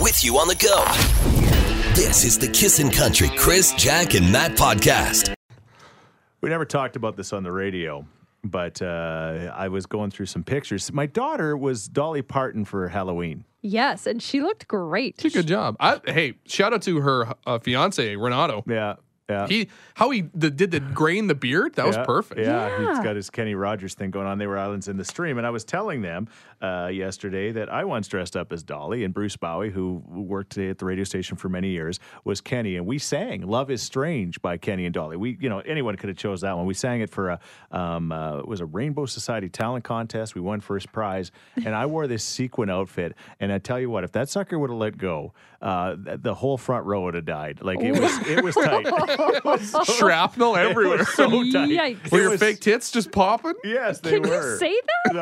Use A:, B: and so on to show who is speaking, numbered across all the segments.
A: with you on the go. This is the Kissin' Country Chris, Jack, and Matt podcast.
B: We never talked about this on the radio, but uh, I was going through some pictures. My daughter was Dolly Parton for Halloween.
C: Yes, and she looked great.
D: Did a good job. I, hey, shout out to her uh, fiance Renato.
B: Yeah. Yeah.
D: He how he the, did the grain the beard that was
B: Yeah,
D: perfect.
B: Yeah, he's
C: Yeah.
B: got his Kenny Rogers thing going on. They were islands in the stream, and I was telling them uh, yesterday that I once dressed up as Dolly, and Bruce Bowie, who worked at the radio station for many years, was Kenny, and we sang "Love Is Strange" by Kenny and Dolly. We, you know, anyone could have chose that one. We sang it for a um, uh, it was a Rainbow Society talent contest. We won first prize, and I wore this sequin outfit. And I tell you what, if that sucker would have let go, uh, th- the whole front row would have died. Like it was, it was tight. It was so
D: Shrapnel
B: They
D: everywhere.
B: were so tight.
C: Yikes.
D: Were
B: It
D: your
B: was-
D: fake tits just popping?
B: Yes, they
C: Can
B: were.
C: you say that?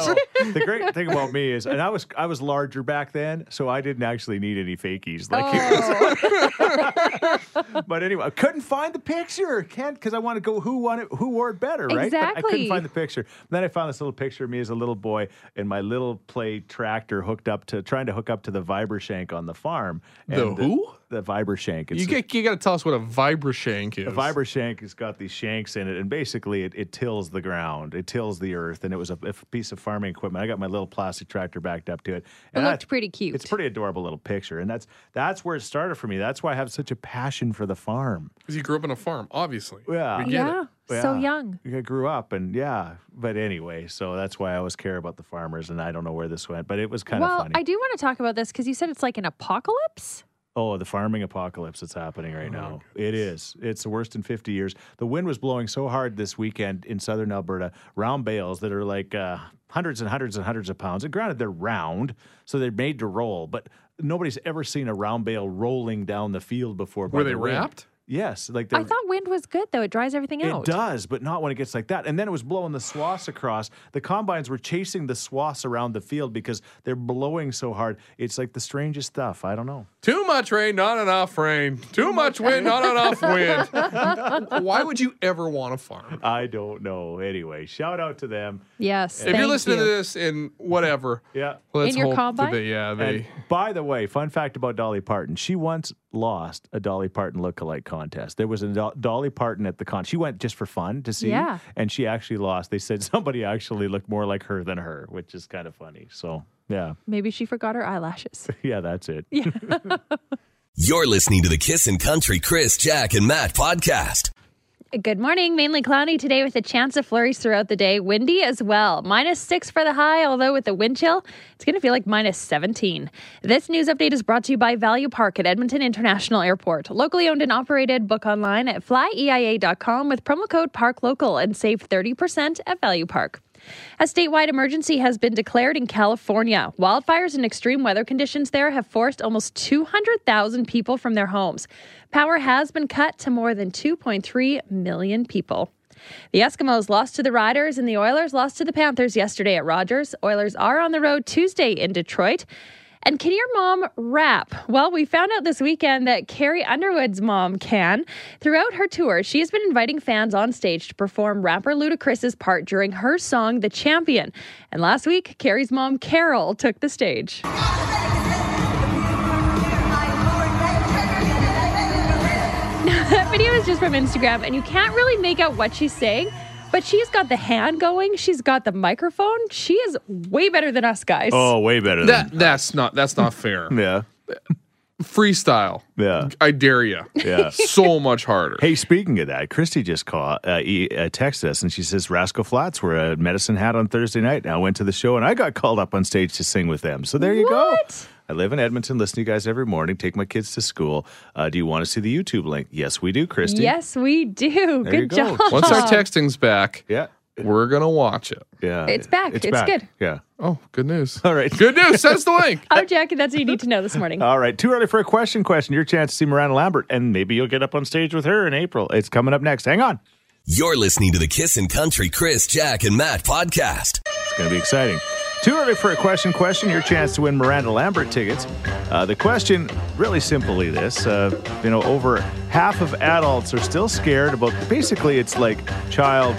B: No, the great thing about me is, and I was I was larger back then, so I didn't actually need any fakies. Like,
C: Oh,
B: but anyway, I couldn't find the picture, Kent, because I want to go who won it, who wore it better, right? But I couldn't
C: Exactly.
B: find the picture. And then I found this little picture of me as a little boy in my little play tractor, hooked up to trying to hook up to the Vibershank on the farm.
D: The
B: And
D: who?
B: The, Vibershank. It's
D: You
B: a-
D: get you got to tell us what a vibrishank is.
B: A fiber shank has got these shanks in it, and basically it, it tills the ground, it tills the earth, and it was a, a piece of farming equipment. I got my little plastic tractor backed up to it.
C: it
B: and I-
C: looked pretty cute.
B: It's a pretty adorable little picture, and that's that's where it started for me. That's why I have such a passion for the farm.
D: Because you grew up on a farm, obviously.
B: Yeah.
D: We get it.
C: yeah, so
B: Yeah.
C: young.
B: I grew up, and yeah, but anyway, so that's why I always care about the farmers, and I don't know where this went, but it was kind
C: well,
B: of funny.
C: I do want to talk about this because you said it's like an apocalypse.
B: Oh, the farming apocalypse that's happening right now. It is. It's the worst in 50 years. The wind was blowing so hard this weekend in southern Alberta, round bales that are like uh, hundreds and hundreds and hundreds of pounds. And granted, they're round, so they're made to roll, but nobody's ever seen a round bale rolling down the field before. by
D: Were they
B: the wind.
D: wrapped?
B: Yes. Like
C: I
B: they're,
C: thought wind was good though; it dries everything
B: it
C: out.
B: does, but not when it gets like that. And then it was blowing the swaths across. The combines were chasing the swaths around the field because they're blowing so hard. It's like the strangest stuff. I don't know.
D: Too much rain, not enough rain. Too much wind, not enough wind. Why would you ever want a farm?
B: I don't know. Anyway, shout out to them.
C: Yes.
D: if you're
C: thank
D: listening
C: you.
D: to this in whatever,
B: Yeah.
D: let's
C: In your
D: hope
C: combine?
D: that they, yeah, they.
B: And by the way, fun fact about Dolly Parton: she once lost a Dolly Parton lookalike contest. There was a Do- Dolly Parton at the con. She went just for fun to see,
C: Yeah.
B: and she actually lost. They said somebody actually looked more like her than her, which is kind of funny. So yeah,
C: Maybe she forgot her eyelashes.
B: yeah, that's it.
A: You're listening to the Kissin' Country Chris, Jack, and Matt podcast.
C: Good morning. Mainly cloudy today with a chance of flurries throughout the day. Windy as well. Minus six for the high, although with the wind chill, it's going to feel like minus 17. This news update is brought to you by Value Park at Edmonton International Airport. Locally owned and operated, book online at E flyeia.com with promo code PARKLOCAL and save 30% at Value Park. A statewide emergency has been declared in California. Wildfires and extreme weather conditions there have forced almost 200,000 people from their homes. Power has been cut to more than 2.3 million people. The Eskimos lost to the Riders and the Oilers lost to the Panthers yesterday at Rogers. Oilers are on the road Tuesday in Detroit. And can your mom rap? Well, we found out this weekend that Carrie Underwood's mom can. Throughout her tour, she has been inviting fans on stage to perform rapper Ludacris's part during her song The Champion. And last week, Carrie's mom Carol took the stage. that video is just from Instagram, and you can't really make out what she's saying. But she's got the hand going. She's got the microphone. She is way better than us guys.
B: Oh, way better
D: That that's not that's not fair.
B: yeah,
D: Freestyle.
B: yeah.
D: I dare you.
B: Yeah.
D: So much harder.
B: Hey, speaking of that, Christy just called, uh, e- uh, texted us, and she says Rascal Flats were a medicine hat on Thursday night. And I went to the show, and I got called up on stage to sing with them. So there you
C: What?
B: go. I live in Edmonton, listen to you guys every morning, take my kids to school. Uh, do you want to see the YouTube link? Yes, we do, Christy.
C: Yes, we do.
B: There you
C: Good
B: go.
C: job.
D: Once our texting's back,
B: Yeah.
D: we're gonna watch it.
B: Yeah.
C: It's back. It's good.
B: Yeah.
D: Oh, good news.
B: All right.
D: Good news. That's the link.
C: Oh, Jackie, that's what you need to know this morning.
B: All right. Too early for a question question. Your chance to see Miranda Lambert, and maybe you'll get up on stage with her in April. It's coming up next. Hang on.
A: You're listening to the Kissin' Country Chris, Jack, and Matt podcast.
B: It's going to be exciting. Too early for a question. Question your chance to win Miranda Lambert tickets. Uh, the question, really simply, this: uh, you know, over half of adults are still scared about. Basically, it's like child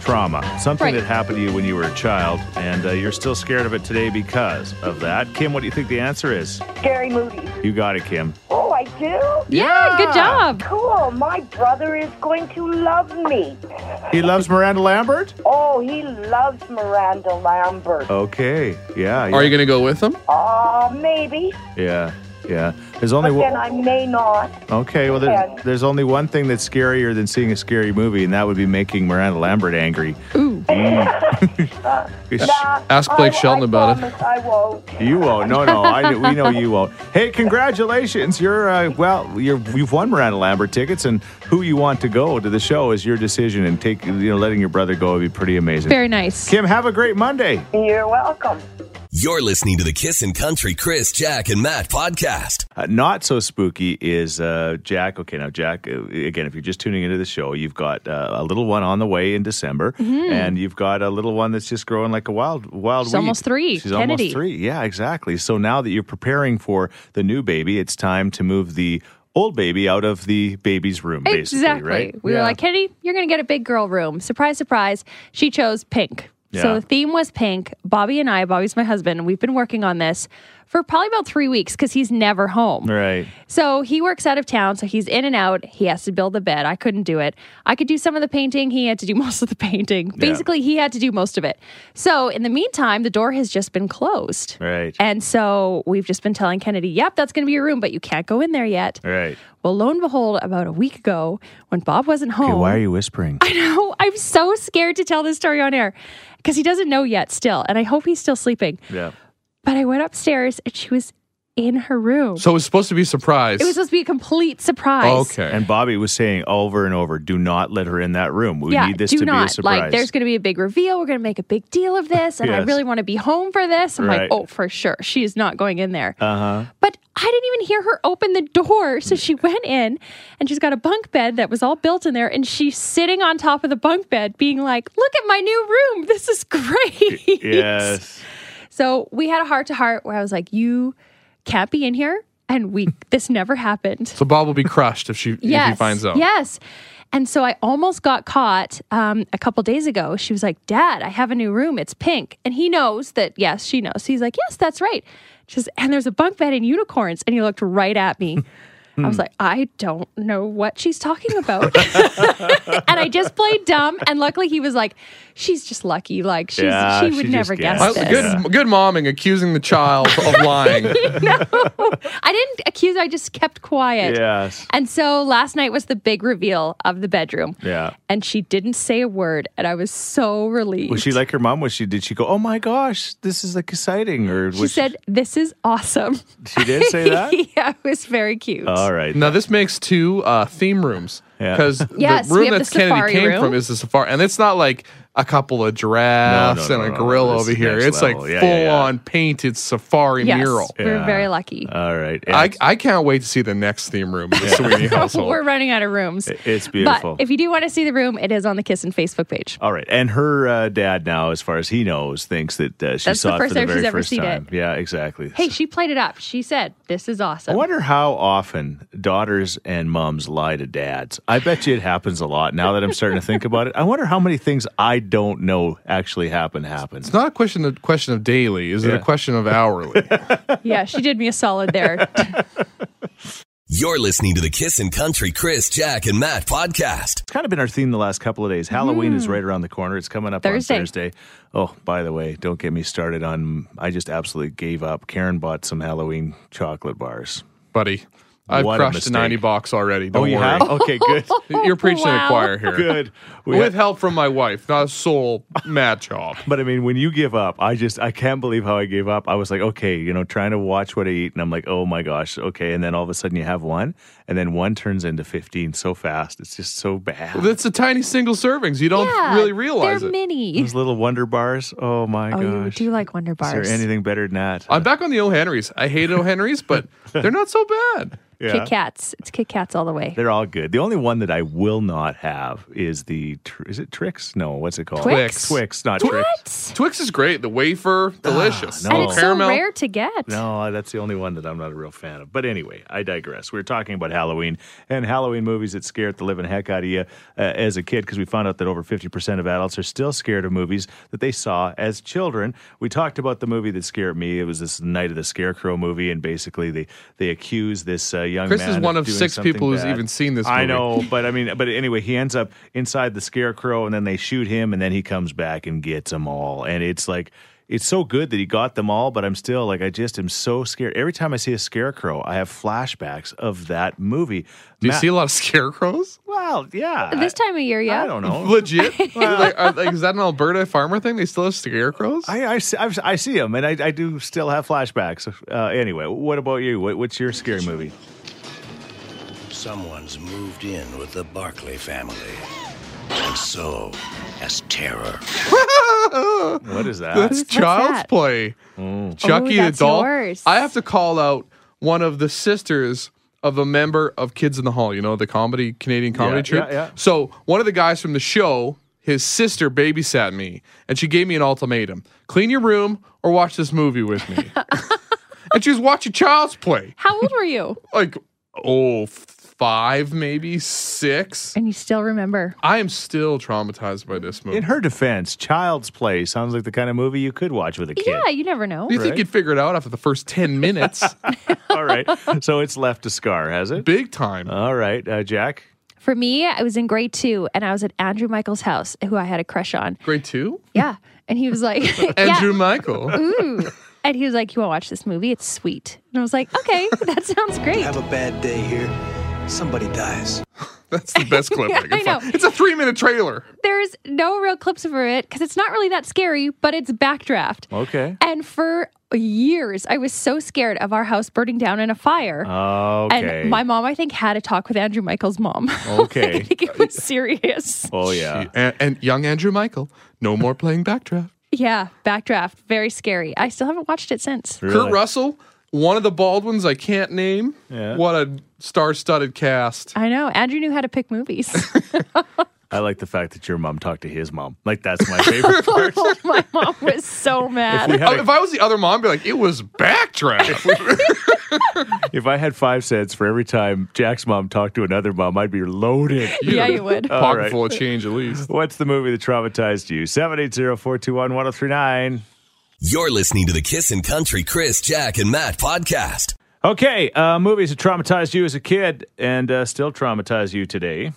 B: trauma, something
C: Right.
B: that happened to you when you were a child, and uh, you're still scared of it today because of that. Kim, what do you think the answer is?
E: Scary movies.
B: You got it, Kim.
E: Oh, I do?
C: Yeah, good job.
E: Cool. My brother is going to love me.
B: He loves Miranda Lambert?
E: Oh, he loves Miranda Lambert.
B: Okay. Yeah.
D: Are you going to go with them?
E: Aw, maybe.
B: Yeah. Yeah. There's only
E: But
B: one.
E: then I may not.
B: Okay, well, there's,
E: Depends.
B: there's only one thing that's scarier than seeing a scary movie, and that would be making Miranda Lambert angry.
C: Ooh.
E: Nah,
D: Ask Blake
E: I,
D: Shelton
E: I
D: about it.
E: promise I won't.
B: You won't. No, no. I, we know you won't. Hey, congratulations! You're uh, well. You're, you've won Miranda Lambert tickets, and who you want to go to the show is your decision. And take you know, letting your brother go would be pretty amazing.
C: Very nice.
B: Kim, have a great Monday.
E: You're welcome.
A: You're listening to the Kissin' Country Chris, Jack, and Matt podcast.
B: Uh, not so spooky is uh, Jack. Okay, now Jack. uh, Again, if you're just tuning into the show, you've got uh, a little one on the way in December, and you've got a little one that's just growing like a wild, wild.
C: Mm-hmm. She's
B: weed.
C: almost three,
B: She's
C: Kennedy.
B: almost three. Yeah, exactly. So now that you're preparing for the new baby, it's time to move the old baby out of the baby's room.
C: Exactly.
B: Basically, right?
C: We
B: Yeah.
C: were like, Kennedy, you're going to get a big girl room. Surprise, surprise. She chose pink.
B: Yeah.
C: So the theme was pink. Bobby and I, Bobby's my husband, we've been working on this for probably about three weeks because he's never home.
B: right.
C: So he works out of town, so he's in and out. He has to build the bed. I couldn't do it. I could do some of the painting. He had to do most of the painting. Basically, he had to do most of it. So in the meantime, the door has just been closed.
B: Right.
C: And so we've just been telling Kennedy, yep, that's going to be your room, but you can't go in there yet.
B: Right.
C: Well, lo and behold, about a week ago, when Bob wasn't home,
B: Okay, why are you whispering?
C: I know I'm so scared to tell this story on air because he doesn't know yet still, and I hope he's still sleeping.
B: yeah.
C: But I went upstairs and she was in her room.
D: So it's supposed to be a surprise.
C: it was supposed to be a complete surprise.
D: okay.
B: And Bobby was saying over and over, "Do not let her in that room. We
C: yeah,
B: need this
C: do
B: to
C: not
B: be a surprise."
C: like. There's going to be a big reveal. We're going to make a big deal of this, and I
B: Yes.
C: really want to be home for this. I'm
B: Right.
C: like, oh, for sure, she is not going in there.
B: uh huh.
C: But I didn't even hear her open the door. So she went in and she's got a bunk bed that was all built in there. And she's sitting on top of the bunk bed, being like, Look at my new room. This is great.
B: Yes.
C: So we had a heart to heart where I was like, You can't be in here. And we, this never happened.
D: so Bob will be crushed if she if he
C: Yes.
D: finds out.
C: Yes. And so I almost got caught um, a couple days ago. She was like, Dad, I have a new room. It's pink. And he knows that, yes, she knows. He's like, Yes, that's right. She says, And there's a bunk bed and unicorns. And he looked right at me. I
D: Hmm.
C: was like, I don't know what she's talking about. and I just played dumb. And luckily he was like, She's just lucky. Like, she's,
B: Yeah,
C: she would
B: she just
C: never guess
B: guessed.
D: Well,
C: this.
D: good, good momming, accusing the child of lying.
C: I didn't accuse her. I just kept quiet.
B: Yes.
C: And so last night was the big reveal of the bedroom.
B: Yeah.
C: And she didn't say a word, and I was so relieved.
B: Was she like her mom? Was she? Did she go? Oh my gosh, this is like exciting. Or
C: She
B: was
C: said, "This is awesome."
B: she did say that.
C: yeah, it was very cute.
B: All right.
D: Now this makes two uh, theme rooms
B: Yeah.
D: because
C: Yes,
D: the
C: we
D: room
C: have the
D: that Kennedy
C: safari
D: came
C: room.
D: from is the safari, and it's not like a couple of
B: No, no,
D: giraffes
B: no, no,
D: and a
B: no,
D: gorilla
B: this is
D: over here.
B: next
D: It's
B: level.
D: like
B: Yeah,
D: full
B: yeah, yeah.
D: on painted safari
C: yes,
D: mural.
C: we were
B: Yeah. Uh,
C: very lucky.
B: All right.
D: I,
B: Yes.
D: I can't wait to see the next theme room in the Sweeney household.
C: we're running out of rooms.
B: it's beautiful.
C: But if you do want to see the room, it is on the Kiss and Facebook page.
B: All right. And her uh, dad now, as far as he knows, thinks that uh, she
C: That's the
B: saw it
C: first
B: for the
C: time
B: very
C: she's ever
B: first
C: seen
B: time. Yeah. Exactly.
C: Hey, she played it up. She said, "This is
B: I
C: awesome."
B: wonder how often daughters and moms lie to dads. I bet you it happens a lot. Now that I'm starting to think about it, I wonder how many things I don't know actually happen. Happen.
D: it's not a question of question of daily. Is it
B: Yeah.
D: a question of hourly?
C: Yeah, she did me a solid there.
A: You're listening to the Kissin' Country Chris, Jack, and Matt podcast.
B: It's kind of been our theme the last couple of days. Halloween is right around the corner. It's coming up
C: Hmm. Thursday.
B: on Thursday. Oh, by the way, don't get me started on. I just absolutely gave up. Karen bought some Halloween chocolate bars.
D: Buddy, I've
B: What a
D: crushed
B: mistake.
D: 90 box already. Don't
B: oh,
D: worry.
B: you have? Okay, good.
D: You're preaching to the
C: Oh, Wow.
D: choir here.
B: good. We
D: With help from my wife, not a soul match up.
B: but I mean, when you give up, I just I can't believe how I gave up. I was like, okay, you know, trying to watch what I eat, and I'm like, oh my gosh, okay. And then all of a sudden, you have one, and then one turns into fifteen so fast. It's just so bad.
D: That's a tiny single servings. You don't
C: yeah,
D: really realize
C: they're
D: it.
C: mini.
B: Those little Wonder Bars. Oh my
C: Oh, you
B: gosh.
C: do like Wonder
B: Is
C: Bars?
B: there anything better than that?
D: I'm back on the O'Henrys. I hated O'Henrys, but they're not so bad.
B: Yeah.
C: Kit Kats. It's Kit Kats all the way.
B: They're all good. The only one that I will not have is the tr- is it Trix? No, what's it called?
C: Twix?
B: Twix, not Trix.
C: What?
D: Twix is great. The wafer, delicious.
B: no.
C: Ah, And it's so
D: Caramel.
C: rare to get.
B: Oh. No, that's the only one that I'm not a real fan of. But anyway, I digress. We were talking about Halloween and Halloween movies that scared the living heck out of you uh, as a kid because we found out that over 50% of adults are still scared of movies that they saw as children. We talked about the movie that scared me. It was this Night of the Scarecrow movie, and basically they, they accuse this uh, young
D: Chris
B: man.
D: is one of
B: doing
D: six
B: something
D: people who's
B: bad.
D: even seen this
B: I
D: movie.
B: know, but I mean, but anyway, he ends up inside the Scarecrow, and then they shoot him, and then he comes back and gets them all, and it's like. It's so good that he got them all, but I'm still like I just am so scared. Every time I see a scarecrow, I have flashbacks of that movie.
D: Do you
B: Ma-
D: see a lot of scarecrows?
B: Well, yeah.
C: This time of year,
B: I,
C: yeah.
B: I don't know.
D: Legit? like, are, like, is that an Alberta farmer thing? They still have scarecrows?
B: I, I, see- I've- I see them, and I, I do still have flashbacks. Uh, anyway, what about you? What, what's your scary movie?
F: Someone's moved in with the Barclay family. And so has terror.
B: What is that?
D: That's
C: Who's- what's
D: child's
C: that?
D: play.
B: Mm.
D: Chucky
C: Oh,
D: the
C: that's
D: doll.
C: yours.
D: I have to call out one of the sisters of a member of Kids in the Hall, you know, the comedy Canadian comedy
B: Yeah,
D: troupe.
B: yeah, yeah.
D: So one of the guys from the show, his sister babysat me, and she gave me an ultimatum: clean your room or watch this movie with me. and she was watching Child's Play,
C: How old were you?
D: like oh five, maybe six.
C: and you still remember.
D: I am still traumatized by this movie.
B: In her defense, Child's Play sounds like the kind of movie you could watch with a kid.
C: Yeah, you never know.
D: you
B: right?
D: think you'd figure it out after the first ten minutes?
B: All right. So it's left a scar, has it?
D: Big time.
B: All right, uh, Jack.
C: For me, I was in grade two and I was at Andrew Michael's house, who I had a crush on.
D: Grade two?
C: Yeah. And he was like,
D: Andrew Michael.
C: Ooh. And he was like, You want to watch this movie? It's sweet. And I was like, Okay, that sounds great.
F: Have a bad day here. Somebody dies.
D: That's the best clip I can
C: I know.
D: find. It's a three minute trailer.
C: There's no real clips of it because it's not really that scary, but it's backdraft.
B: Okay.
C: And for years, I was so scared of our house burning down in a fire.
B: Oh, Okay.
C: And my mom, I think, had a talk with Andrew Michael's mom.
B: Okay.
C: I think it was serious.
B: oh yeah.
D: And, and young Andrew Michael, no more playing backdraft.
C: Yeah, backdraft. Very scary. I still haven't watched it since.
B: Really?
D: Kurt Russell, one of the Baldwins I can't name.
B: Yeah.
D: What a star studded cast.
C: I know. Andrew knew how to pick movies.
B: I like the fact that your mom talked to his mom. Like that's my favorite part.
C: my mom was so mad.
B: We had
D: Uh,
B: a-
D: if I was the other mom, I'd be like, it was backdraft.
B: if I had five cents for every time Jack's mom talked to another mom, I'd be loaded.
C: Yeah,
D: uh,
C: you would.
D: Pocket
B: right.
D: full of change, at least.
B: What's the movie that traumatized you? 780-421-1039.
A: You're listening to the Kissin' Country Chris, Jack, and Matt podcast.
B: Okay, uh, movies that traumatized you as a kid and uh, still traumatize you today.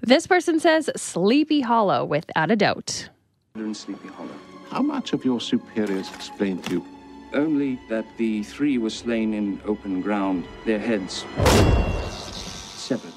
C: This person says Sleepy Hollow without a doubt.
G: in Sleepy Hollow.
H: How much of your superiors explained to you?
G: Only that the three were slain in open ground, their heads severed.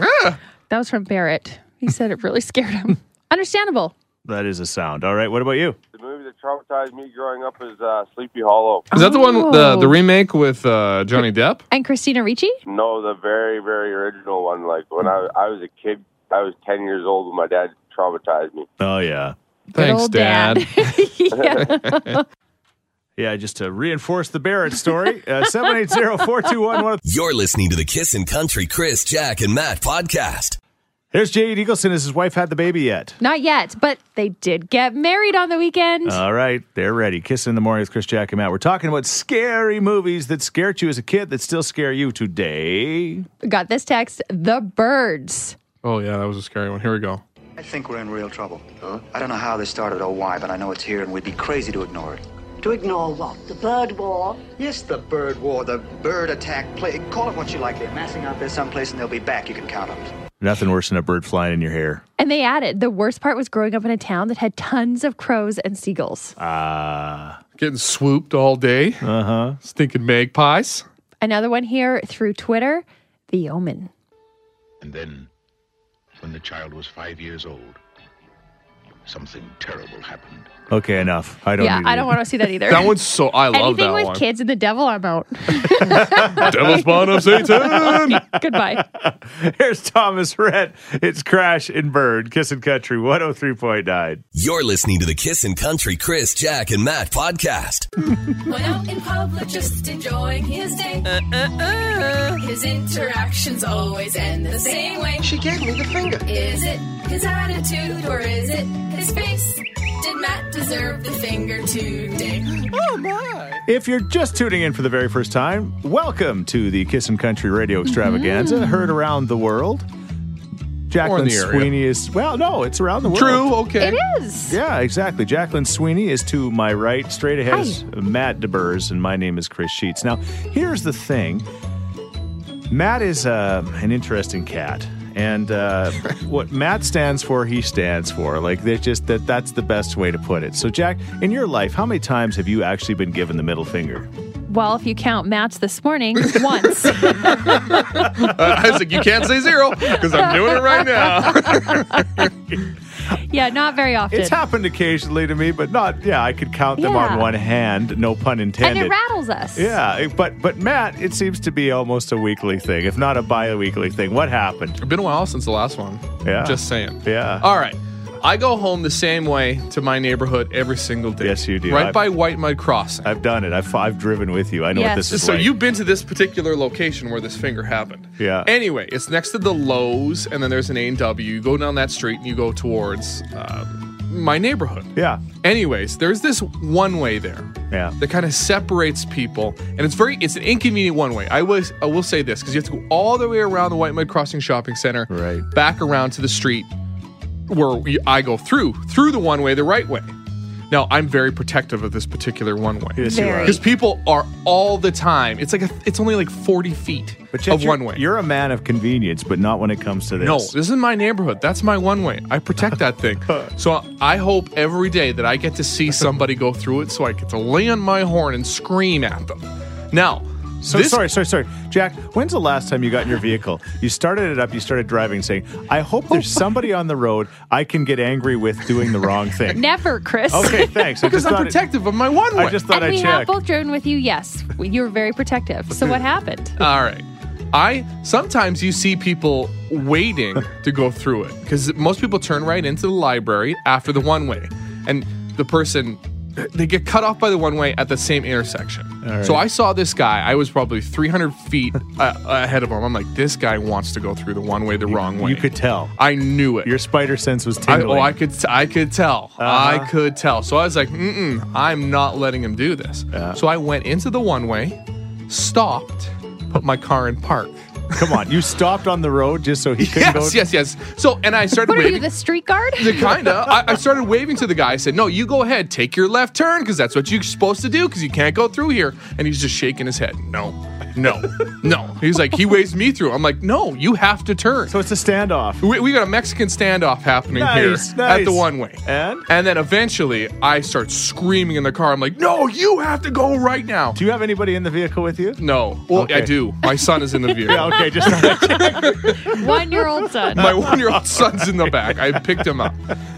D: Ah,
C: That was from Barrett. He said it really scared him. Understandable.
B: That is a sound. All right, what about you?
I: The movie that traumatized me growing up is uh, Sleepy Hollow.
D: Is that the one, the,
C: Oh.
D: the remake with uh, Johnny Depp?
C: And Christina Ricci?
I: No, the very, very original one. Like when I, I was a kid, I was 10 years old when my dad traumatized me.
B: Oh yeah.
D: Thanks,
C: old Dad.
D: Dad.
C: yeah.
B: Yeah, just to reinforce the Barrett story, uh, 780-421-1039.
A: You're listening to the Kissin' Country Chris, Jack, and Matt podcast.
B: There's Jade Eagleson. Has his wife had the baby yet?
C: Not yet, but they did get married on the weekend.
D: Uh.
B: All right, they're ready. Kissing in the morning with Chris Jack and Matt. We're talking about scary movies that scared you as a kid that still scare you today.
C: Got this text The Birds.
D: Oh, yeah, that was a scary one. Here we go.
J: I think we're in real trouble. I don't know how this started or why, but I know it's here and we'd be crazy to ignore it.
E: To ignore what? The bird war?
J: Yes, the bird war, the bird attack plague. Call it what you like. They're massing out there someplace and they'll be back. You can count on it.
B: Nothing worse than a bird flying in your hair.
C: And they added The worst part was growing up in a town that had tons of crows and seagulls.
B: Ah,
D: Getting swooped all day. Uh
B: Uh-huh.
D: huh. Stinking magpies.
C: Another one here through Twitter The Omen.
H: And then, when the child was five years old,
F: something terrible happened.
B: Okay, enough. I don't.
C: yeah,
B: need
C: I don't want to see that either.
D: That one's so I love
C: Anything
D: that
C: with
D: one.
C: kids and the devil, I'm out.
D: Devil's bond of Satan.
C: Goodbye.
B: to. Here's Thomas Rhett. It's Crash and Bird, Kissin' Country 103.9.
A: You're listening to the Kissin' Country Chris, Jack, and Matt podcast.
K: When out in public, just enjoying his day. His interactions always end the same way. She gave me the finger. Is it his attitude or is it his face? Did Matt deserve the finger today? Oh my!
B: If you're just tuning in for the very first time, welcome to the Kissin' Country Radio Extravaganza,
D: Mm-hmm.
B: heard around the world. Jacqueline
D: area.
B: Sweeney is well, no, it's around the world.
D: True. Okay.
C: It is.
B: Yeah, exactly. Jacqueline Sweeney is to my right. Straight ahead
C: Hi.
B: is Matt DeBurs, and my name is Chris Sheets. Now, here's the thing Matt is uh, an interesting cat. And uh, what Matt stands for, he stands for. Like, there's just that that's the best way to put it. So, Jack, in your life, how many times have you actually been given the middle finger?
C: Well, if you count Matt's this morning, once.
D: Uh, I was like, you can't say zero because I'm doing it right now.
C: Yeah, not very often.
B: It's happened occasionally to me, but not, yeah, I could count them
C: Yeah.
B: on one hand, no pun
C: and
B: intended.
C: it rattles us.
B: Yeah, it- but but Matt, it seems to be almost a weekly thing, if not a bi-weekly thing. What happened?
D: it's been a while since the last one.
B: Yeah.
D: Just saying.
B: Yeah.
D: All right. I go home the same way to my neighborhood every single day.
B: Yes, you do.
D: Right
B: I've-
D: by White Mud Crossing.
B: I've done it. I've I've driven with you. I know what
C: Yes.
B: this is.
D: so
B: like.
D: you've been to this particular location where this finger happened.
B: Yeah.
D: Anyway, it's next to the Lowe's, and then there's an A and W. You go down that street, and you go towards um, my neighborhood.
B: Yeah.
D: Anyways, there's this one way there.
B: Yeah.
D: That kind of separates people, and it's very it's an inconvenient one way. I was I will say this because you have to go all the way around the White Mud Crossing Shopping Center,
B: Right.
D: Back around to the street where we, I go through through the one way the right way. Now I'm very protective of this particular one way.
B: Yes, you
C: Very.
B: are.
D: Because people are all the time. It's like a, it's only like forty feet
B: But yet
D: of
B: you're-
D: one way.
B: You're a man of convenience, but not when it comes to this.
D: no, this is my neighborhood. That's my one way. I protect that thing. So I hope every day that I get to see somebody go through it, so I get to lay on my horn and scream at them. Now,
B: So
D: this,
B: sorry, sorry, sorry, Jack. When's the last time you got in your vehicle? You started it up. You started driving, saying, "I hope there's
D: Oh.
B: somebody on the road I can get angry with doing the wrong thing."
C: Never, Chris.
B: Okay, thanks. I
D: because
B: just
D: I'm
B: thought it-
D: protective of my one way.
B: I just thought
C: And we
B: I'd
C: have
B: check.
C: both driven with you. Yes, We- you were very protective. So what happened?
D: All right. I sometimes you see people waiting to go through it because most people turn right into the library after the one way, and the person they get cut off by the one way at the same intersection. So I saw this guy. I was probably 300 feet uh, ahead of him. I'm like, this guy wants to go through the one way the wrong way.
B: You could tell.
D: I knew it.
B: Your spider sense was
D: I,
B: tingling. Uh-huh.
D: oh, I could, I could tell. I could tell. So I was like, mm-mm, I'm not letting him do this. So I went into the one way, stopped, put my car in park.
B: Come on, you stopped on the road just so he could go.
D: Yes, yes, yes. So and I started
C: What are you,
D: waving.
C: the street guard?
D: The kinda. I, I started waving to the guy. I said, "No, you go ahead. Take your left turn because that's what you're supposed to do because you can't go through here." And he's just shaking his head. No, no, no. He's like, he waves me through. I'm like, "No, you have to turn."
B: So it's a standoff.
D: We, we got a Mexican standoff happening
B: Nice,
D: here
B: nice.
D: at the one way.
B: And?
D: then eventually I start screaming in the car. I'm like, no, you have to go right now.
B: Do you have anybody in the vehicle with you?
D: No. Well, I
B: Okay.
D: do. My son is in the vehicle.
B: Yeah, okay, just
C: One-year-old son.
D: My one year old son's in the back. I picked him up.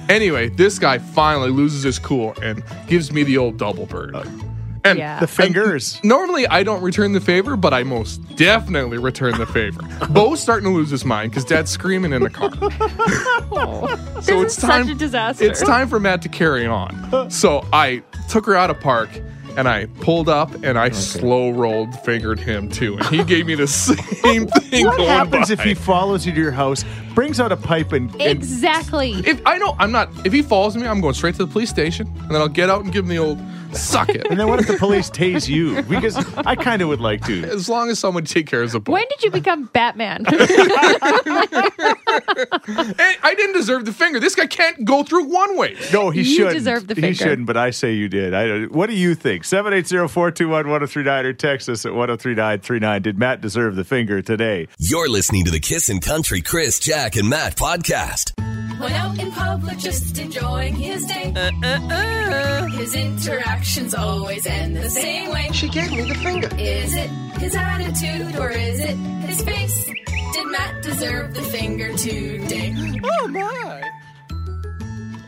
D: Anyway, this guy finally loses his cool and gives me the old double bird. And
C: Uh, Yeah.
B: the fingers.
D: Normally, I don't return the favor, but I most definitely return the favor. Bo's starting to lose his mind because dad's screaming in the car. so
C: This
D: it's
C: is such
D: time.
C: a disaster.
D: It's time for Matt to carry on. So I took her out of park. And I pulled up and I slow rolled fingered him too. And he gave me the same thing.
B: What
D: going
B: happens
D: by.
B: if he follows you to your house, brings out a pipe, and, and
C: Exactly.
D: If I know I'm not, if he follows me, I'm going straight to the police station, and then I'll get out and give him the old suck it.
B: and then what if the police tase you? Because I kind of would like to.
D: as long as someone take care of the boy.
C: When did you become Batman?
D: Hey, I didn't deserve the finger. This guy can't go through one way.
B: No, he
C: You
B: shouldn't.
C: deserve the
B: he
C: finger.
B: shouldn't, but I say you did. I don't, what do you think? 780-421-1039 or text us at 103939. Did Matt deserve the finger today?
A: You're listening to the Kissin' Country Chris, Jack, and Matt podcast.
K: When out in public, just enjoying his day.
D: Uh,
K: His interactions always end the same way. She gave me the finger. Is it his attitude or is it his face? Did Matt deserve the finger today?
D: Oh,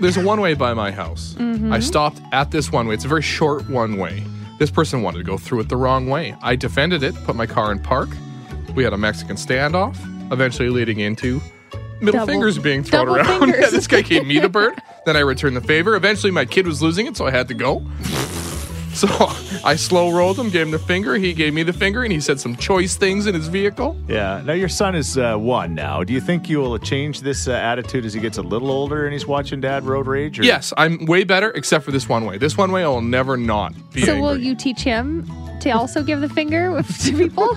D: there's a one way by my house.
L: Mhm.
D: I stopped at this one way. It's a very short one way. This person wanted to go through it the wrong way. I defended it, put my car in park. We had a Mexican standoff, eventually leading into middle
L: Double-
D: fingers being thrown
L: double
D: around.
L: fingers.
D: yeah, this guy gave me the bird. Then I returned the favor. Eventually, my kid was losing it, so I had to go. So I slow rolled him, gave him the finger. He gave me the finger, and he said some choice things in his vehicle.
B: Yeah. Now your son is uh, one now. Do you think you will change this uh, attitude as he gets a little older and he's watching Dad road rage? Or?
D: Yes, I'm way better, except for this one way. This one way, I will never not be
C: so
D: angry.
C: will you teach him to also give the finger to people?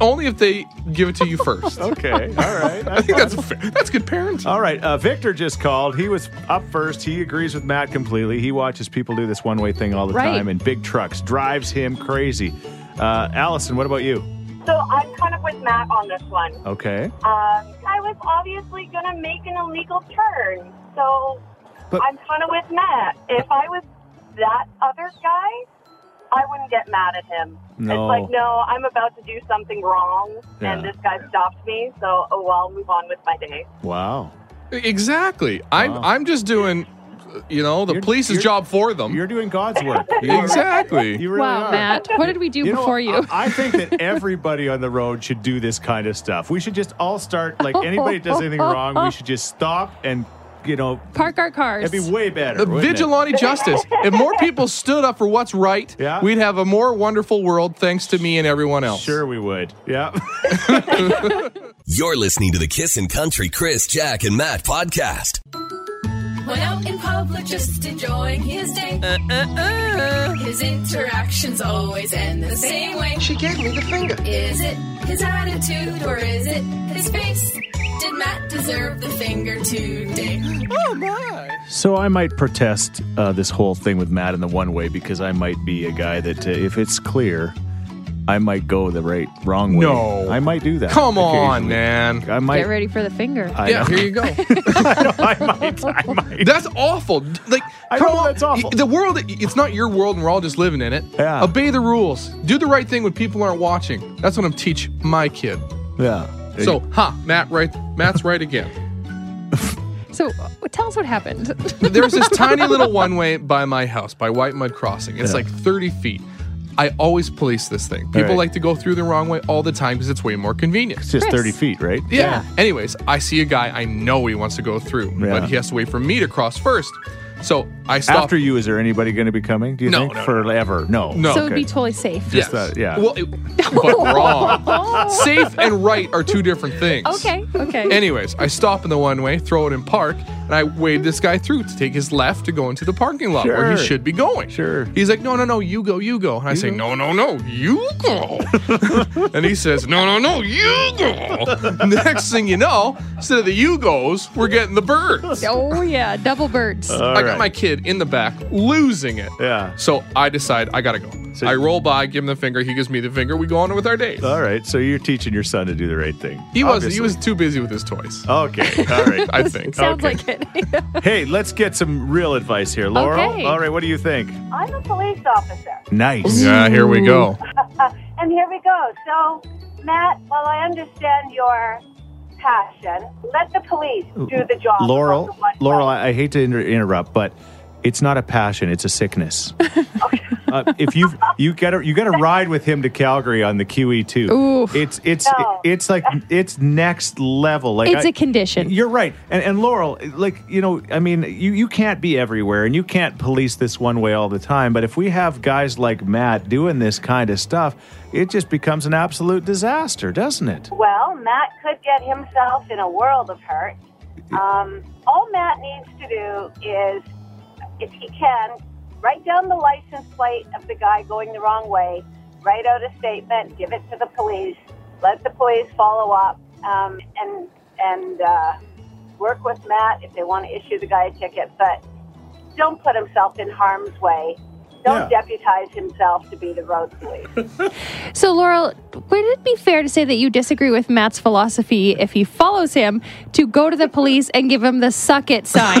D: Only if they give it to you first.
B: okay. All right.
D: I think that's fair. that's good parenting.
B: All right. Uh, Victor just called. He was up first. He agrees with Matt completely. He watches people do this one way thing all the
M: Right.
B: time in big trucks. Drives him crazy. Uh, Allison, what about you?
M: So I'm kind of with Matt on this one.
B: Okay.
M: Um, I was obviously going to make an illegal turn, so
B: But-
M: I'm kind of with Matt. If I was that other guy, I wouldn't get mad at him.
B: No.
M: It's like, no, I'm about to do something wrong,
D: Yeah.
M: and this guy stopped me, so oh well, move on with my day.
B: Wow.
D: Exactly. I'm
B: Uh-huh.
D: I'm just doing, you know, the police's job for them. You're
B: doing God's work.
D: exactly.
B: You really
C: wow,
B: are.
C: Matt, what did we do
B: You know,
C: before you?
B: I, I think that everybody on the road should do this kind of stuff. We should just all start like anybody that does anything wrong, we should just stop and you know
C: Park our cars.
B: it'd be way better.
D: The
B: wouldn't it?
D: vigilante justice. If more people stood up for what's right,
B: Yeah.
D: we'd have a more wonderful world thanks to me and everyone else.
B: Sure, we would. Yeah.
A: You're listening to the Kissin' Country Chris, Jack, and Matt podcast.
K: When out in public, just enjoying his day. His interactions always end the same way. She gave me the finger. Is it his attitude or is it his face? Did Matt deserve the finger today? Oh my!
B: So I might protest uh, this whole thing with Matt in the one way because I might be a guy that, uh, if it's clear, I might go the right wrong way.
D: No.
B: I might do that.
D: Come on,
B: occasionally.
D: man.
B: I might.
C: Get ready for the finger.
B: I Yeah, know. here
D: you go. That's awful. Like, come on. That's awful. The world, it's not your world and we're all just living in it. Yeah. Obey the rules. Do the right thing when people aren't watching. That's what I'm teach my kid.
B: Yeah.
D: So, ha, Matt right Matt's right again.
C: So uh, tell us what happened.
D: There's this tiny little one way by my house, by White Mud Crossing. It's
L: Yeah.
D: like 30 feet. I always police this thing. People
L: right.
D: like to go through the wrong way all the time because it's way more convenient. It's
B: just Chris. 30 feet, right?
D: Yeah. Anyways, I see a guy I know he wants to go through,
B: Yeah.
D: but he has to wait for me to cross first. So I stop.
B: After you, is there anybody going to be coming? Do you
D: No,
B: think
D: no, no.
B: forever? No.
D: No.
C: So it'd be totally safe. Oh,
B: Just that- yeah.
D: Well, it- but wrong. Safe and right are two different things.
C: Okay. Okay.
D: Anyways, I stop in the one way, throw it in park, and I wave this guy through to take his left to go into the parking lot where he
L: Sure.
D: should be going.
B: Sure.
D: He's like, no, no, no, you go, you go. And I say, no, no, no, you go. and he says, no, no, no, you go. Next thing you know, instead of the you goes, we're getting the birds.
C: oh yeah, double birds.
B: Uh,
D: I got my kid in the back losing it.
B: Yeah.
D: So I decide I gotta go. I roll by, give him the finger. He gives me the finger. We go on with our day.
B: All right. So you're teaching your son to do the right thing.
D: He was he
B: obviously.
D: was too busy with his toys.
B: Okay. All right.
D: I think.
C: Sounds
B: Okay.
C: like it.
B: hey, let's get some real advice here, Laurel.
M: Okay.
B: All right. What do you think?
M: I'm a police officer.
B: Nice.
D: Oh, Yeah, here we go.
M: and here we go. So, Matt, while I understand your passion, let the police do the job.
B: Laurel,
M: of the one-
B: Laurel, I, I hate to inter- interrupt, but it's not a passion; it's a sickness. uh, if you you gotta you gotta ride with him to Calgary on the QE two.
C: Oof.
B: It's it's it's like it's next level. Like
C: it's
B: a
C: a condition.
B: You're right, and and Laurel, like you know, I mean, you you can't be everywhere, and you can't police this one way all the time. But if we have guys like Matt doing this kind of stuff, it just becomes an absolute disaster, doesn't it?
M: Well, Matt could get himself in a world of hurt. Um, all Matt needs to do is, if he can, write down the license plate of the guy going the wrong way, write out a statement, give it to the police, let the police follow up, um, and and uh, work with Matt if they want to issue the guy a ticket. But don't put himself in harm's way. Don't deputize himself to be the road police.
C: So Laurel, would it be fair to say that you disagree with Matt's philosophy if he follows him to go to the police and give him the suck it sign?